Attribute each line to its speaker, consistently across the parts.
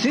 Speaker 1: す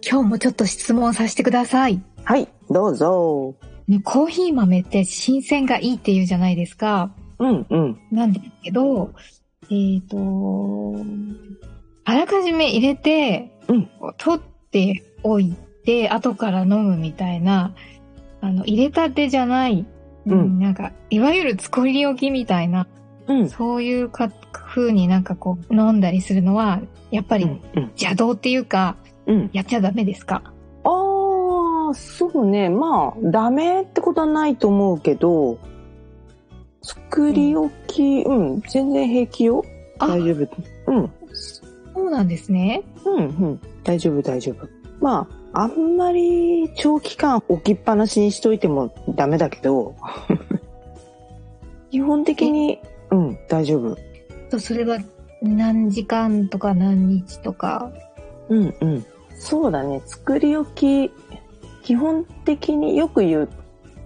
Speaker 2: 日もちょっと質問させてください。
Speaker 3: はい、どうぞ。
Speaker 2: ねコーヒー豆って新鮮がいいって言うじゃないですか。
Speaker 3: うんうん。
Speaker 2: なんですけど、えっ、と、あらかじめ入れて、
Speaker 3: うん
Speaker 2: こ取っておいて、後から飲むみたいな、あの、入れたてじゃない、
Speaker 3: うん
Speaker 2: なんか、いわゆる作り置きみたいな、
Speaker 3: うん。
Speaker 2: そういうか風になんかこう、飲んだりするのは、やっぱ
Speaker 3: う
Speaker 2: り
Speaker 3: んうん。
Speaker 2: 邪道っていうか、
Speaker 3: うん。
Speaker 2: やっちゃダメですか
Speaker 3: ああ、そうね。まあ、ダメってことはないと思うけど、作り置き、うん、全然平気よ。
Speaker 2: あ
Speaker 3: 大丈夫。うん。
Speaker 2: そうなんですね。
Speaker 3: うんうん。大丈夫大丈夫。まあ、あんまり長期間置きっぱなしにしといてもダメだけど、 基本的に、うん、大丈夫。
Speaker 2: と、それは何時間とか何日とか。
Speaker 3: うんうん。そうだね。作り置き、基本的によく言う、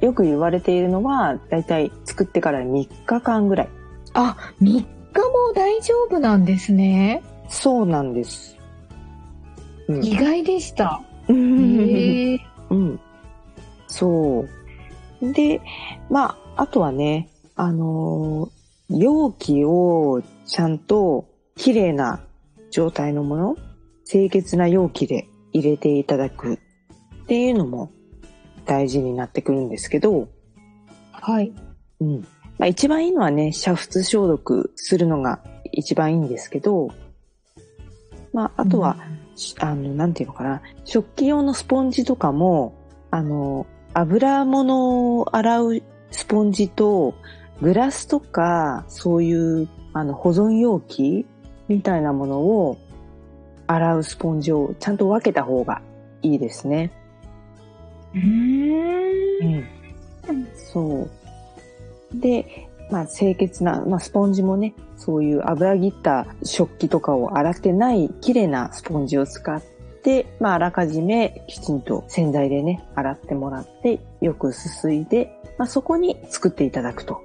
Speaker 3: よく言われているのは、だいたい作ってから3日間ぐらい。
Speaker 2: あ、3日も大丈夫なんですね。
Speaker 3: そうなんです。う
Speaker 2: 意外でした。
Speaker 3: ん。
Speaker 2: へえ
Speaker 3: うん。そう。で、まあ、あとはね、あのー容器をちゃんと綺麗な状態のもの、清潔な容器で入れていただくっていうのも大事になってくるんですけど、
Speaker 2: はい。
Speaker 3: うん。まあ一番いいのはね、煮沸消毒するのが一番いいんですけど、まああとは、しあの、なんていうのかな、食器用のスポンジとかも、あの、油物を洗うスポンジと、グラスとか、そういう、あの、保存容器みたいなものを洗うスポンジをちゃんと分けた方がいいですね。
Speaker 2: うん。
Speaker 3: うんそう。で、まあ、清潔な、まあ、スポンジもね、そういう油切った食器とかを洗ってない綺麗なスポンジを使って、まあ、あらかじめきちんと洗剤でね、洗ってもらって、よくすすいで、まあ、そこに作っていただくと。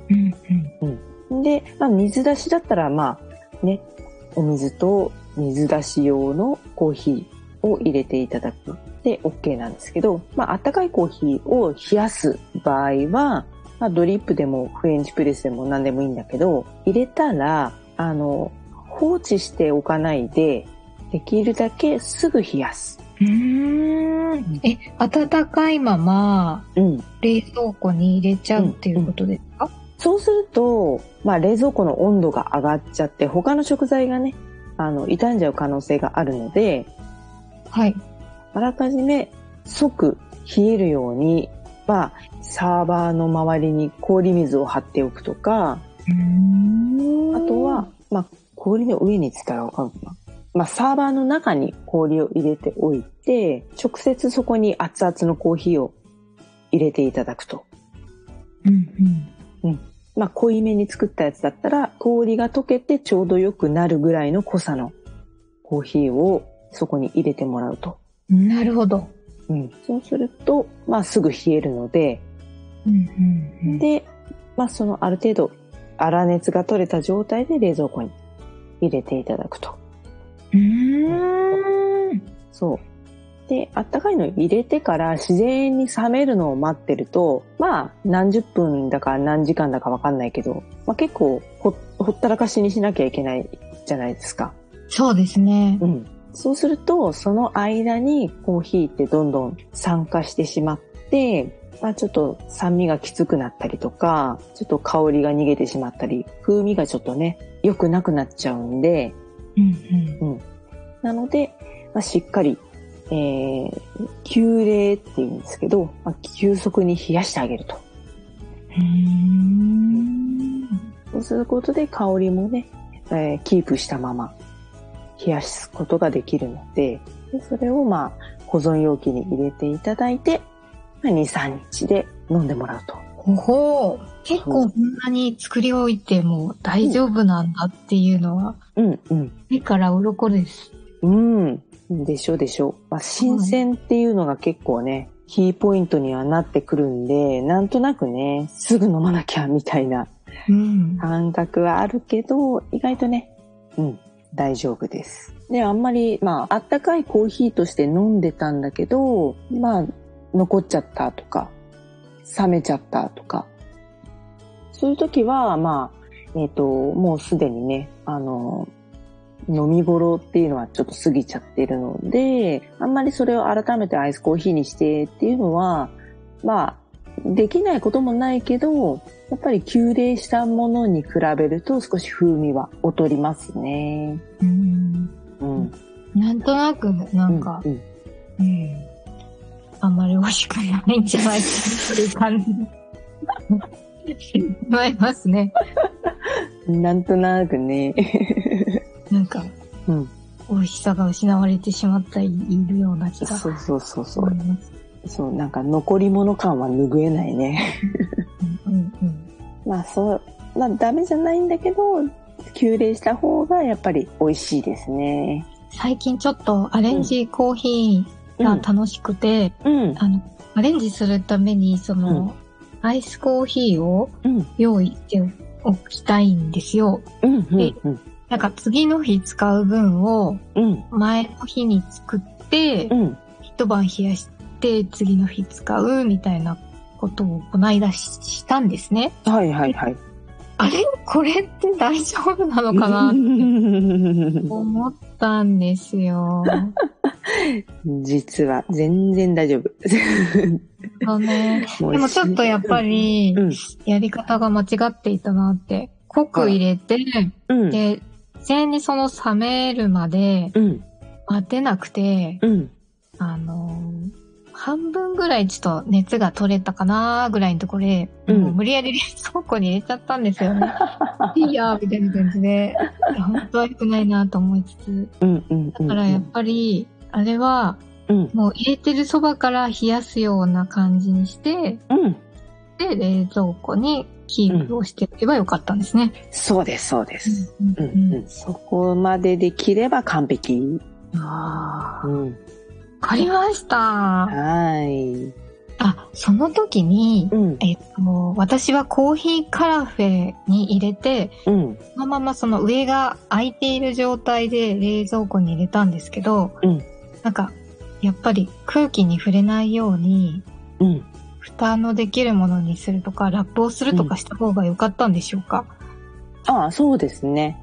Speaker 2: うん。
Speaker 3: で、まあ、水出しだったら、まあ、ね、お水と水出し用のコーヒーを入れていただくで OK なんですけど、まあ、あったかいコーヒーを冷やす場合は、まあ、ドリップでもフレンチプレスでも何でもいいんだけど、入れたら、あの、放置しておかないで、できるだけすぐ冷やす。
Speaker 2: うん。うんえ、温かいまま、
Speaker 3: うん。
Speaker 2: 冷蔵庫に入れちゃうっていうことですか、
Speaker 3: そうすると、まあ、冷蔵庫の温度が上がっちゃって、他の食材がね、あの、傷んじゃう可能性があるので、
Speaker 2: はい。
Speaker 3: あらかじめ即冷えるように、まあ、サーバーの周りに氷水を張っておくとか、
Speaker 2: うん
Speaker 3: あとは、、まあ、氷の上にって言ったらわかるかな。まあ、サーバーの中に氷を入れておいて、直接そこに熱々のコーヒーを入れていただくと。
Speaker 2: うんうん。
Speaker 3: まあ、濃いめに作ったやつだったら、氷が溶けてちょうど良くなるぐらいの濃さのコーヒーをそこに入れてもらうと。
Speaker 2: なるほど。
Speaker 3: うん。そうすると、まあ、すぐ冷えるので、
Speaker 2: うんうんうん、
Speaker 3: で、まあ、そのある程度粗熱が取れた状態で冷蔵庫に入れていただくと。
Speaker 2: うん。
Speaker 3: そう。で、あったかいの入れてから自然に冷めるのを待ってると、まあ何十分だか何時間だかわかんないけど、まあ結構ほほったらかしにしなきゃいけないじゃないですか。
Speaker 2: そうですね。
Speaker 3: うん。そうすると、その間にコーヒーってどんどん酸化してしまって、まあ、ちょっと酸味がきつくなったりとか、ちょっと香りが逃げてしまったり、風味がちょっとね、良くなくなっちゃうんで、
Speaker 2: うん
Speaker 3: なので、まあ、しっかり、えー、急冷って言うんですけど、まあ、急速に冷やしてあげると。
Speaker 2: うん。
Speaker 3: そうすることで香りもね、えーキープしたまま冷やすことができるので、でそれをまあ保存容器に入れていただいて、まあ2、3日で飲んでもらうと。
Speaker 2: ほほう。結構こんなに作り置いても大丈夫なんだっていうのは、
Speaker 3: うんうん。
Speaker 2: 目から鱗です。
Speaker 3: うん。でしょでしょ。まあ、新鮮っていうのが結構ね、キーポイントにはなってくるんで、なんとなくね、すぐ飲まなきゃみたいな
Speaker 2: うん。
Speaker 3: 感覚はあるけど、意外とね、うん、大丈夫です。で、あんまり、まあ、あったかいコーヒーとして飲んでたんだけど、まあ、残っちゃったとか、冷めちゃったとか、そういう時は、まあ、えっ、と、もうすでにね、あの、飲み頃っていうのはちょっと過ぎちゃってるので、あんまりそれを改めてアイスコーヒーにしてっていうのは、まあ、できないこともないけど、やっぱり急冷したものに比べると少し風味は劣りますね。
Speaker 2: うん
Speaker 3: うん。
Speaker 2: なんとなく、なんか、
Speaker 3: うんうん
Speaker 2: うん。あんまり美味しくないんじゃないかっていう感じ。思いますね。
Speaker 3: なんとなくね。
Speaker 2: なんか、
Speaker 3: うん
Speaker 2: 美味しさが失われてしまったいるような気がし
Speaker 3: そうそうそうそう、
Speaker 2: ます。
Speaker 3: そう、なんか残り物感は拭えないね。
Speaker 2: うんうん
Speaker 3: まあそう、まあダメじゃないんだけど、急冷した方がやっぱり美味しいですね。
Speaker 2: 最近ちょっとアレンジコーヒーが楽しくて、
Speaker 3: うん。
Speaker 2: あの、アレンジするために、その、アイスコーヒーを
Speaker 3: うん。
Speaker 2: 用意しておきたいんですよ。
Speaker 3: うん。うん。うん。
Speaker 2: なんか次の日使う分を
Speaker 3: うん。
Speaker 2: 前の日に作って、
Speaker 3: うん。
Speaker 2: 一晩冷やして次の日使うみたいなことをこないだししたんですね。
Speaker 3: はいはいはい。
Speaker 2: あれこれって大丈夫なのかな思ったんですよ。
Speaker 3: 実は全然 大丈夫。
Speaker 2: あのね、
Speaker 3: もう
Speaker 2: でもちょっとやっぱり
Speaker 3: うん、
Speaker 2: やり方が間違っていたなって。濃く入れて、
Speaker 3: うん。
Speaker 2: で、事前にその冷めるまで
Speaker 3: うん。
Speaker 2: 待てなくて、
Speaker 3: うん。
Speaker 2: あのー半分ぐらいちょっと熱が取れたかなぐらいのところで、
Speaker 3: うん
Speaker 2: もう無理やり冷蔵庫に入れちゃったんですよ ね。いいやーみたいな感じで、いや本当は良くないなと思いつつ、
Speaker 3: うん。うん。
Speaker 2: だからやっぱり、あれは
Speaker 3: うん。
Speaker 2: もう入れてるそばから冷やすような感じにして、
Speaker 3: うん。
Speaker 2: で、冷蔵庫にキープをしておけばよかったんですね。
Speaker 3: そうです、そうです。
Speaker 2: うん
Speaker 3: うん
Speaker 2: うん
Speaker 3: うん、そこまでできれば完璧。
Speaker 2: あー
Speaker 3: うん、
Speaker 2: わかりました。
Speaker 3: はい。
Speaker 2: あ、その時に、
Speaker 3: うん、
Speaker 2: えっと、私はコーヒーカラフェに入れて、
Speaker 3: うん、
Speaker 2: そのままその上が空いている状態で冷蔵庫に入れたんですけど、
Speaker 3: うん
Speaker 2: なんか、やっぱり空気に触れないように、
Speaker 3: うん。
Speaker 2: 蓋のできるものにするとか、ラップをするとかした方が良かったんでしょうか、
Speaker 3: ああ、そうですね。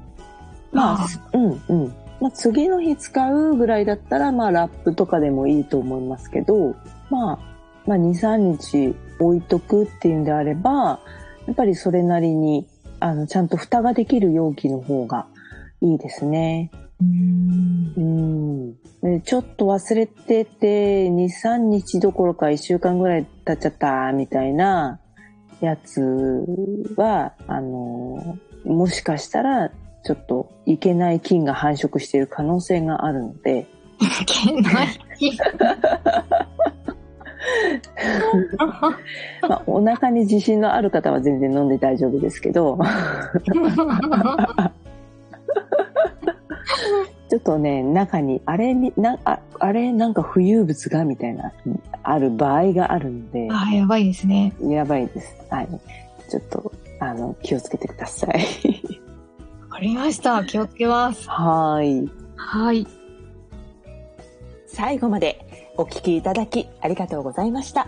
Speaker 3: まあ、うん、うん。まあ、次の日使うぐらいだったら、まあ、ラップとかでもいいと思いますけど、まあ、まあ、2、3日置いとくっていうんであれば、やっぱりそれなりに、あの、ちゃんと蓋ができる容器の方がいいですね。
Speaker 2: うーん
Speaker 3: うんでちょっと忘れてて、2、3日どころか1週間ぐらい経っちゃった、みたいなやつは、あの、もしかしたら、ちょっといけない菌が繁殖している可能性があるの で、
Speaker 2: い けない。
Speaker 3: まあ、お腹に自信のある方は全然飲んで大丈夫ですけど、 ちょっとね、中に、あれに、なああれなんか浮遊物がみたいな、ある場合があるので、
Speaker 2: あー、やばいですね。
Speaker 3: やばいです。はい。ちょっと、あの、気をつけてください。
Speaker 2: わかりました。気をつけます。
Speaker 3: はーい。
Speaker 2: はい。
Speaker 3: 最後までお聞きいただきありがとうございました。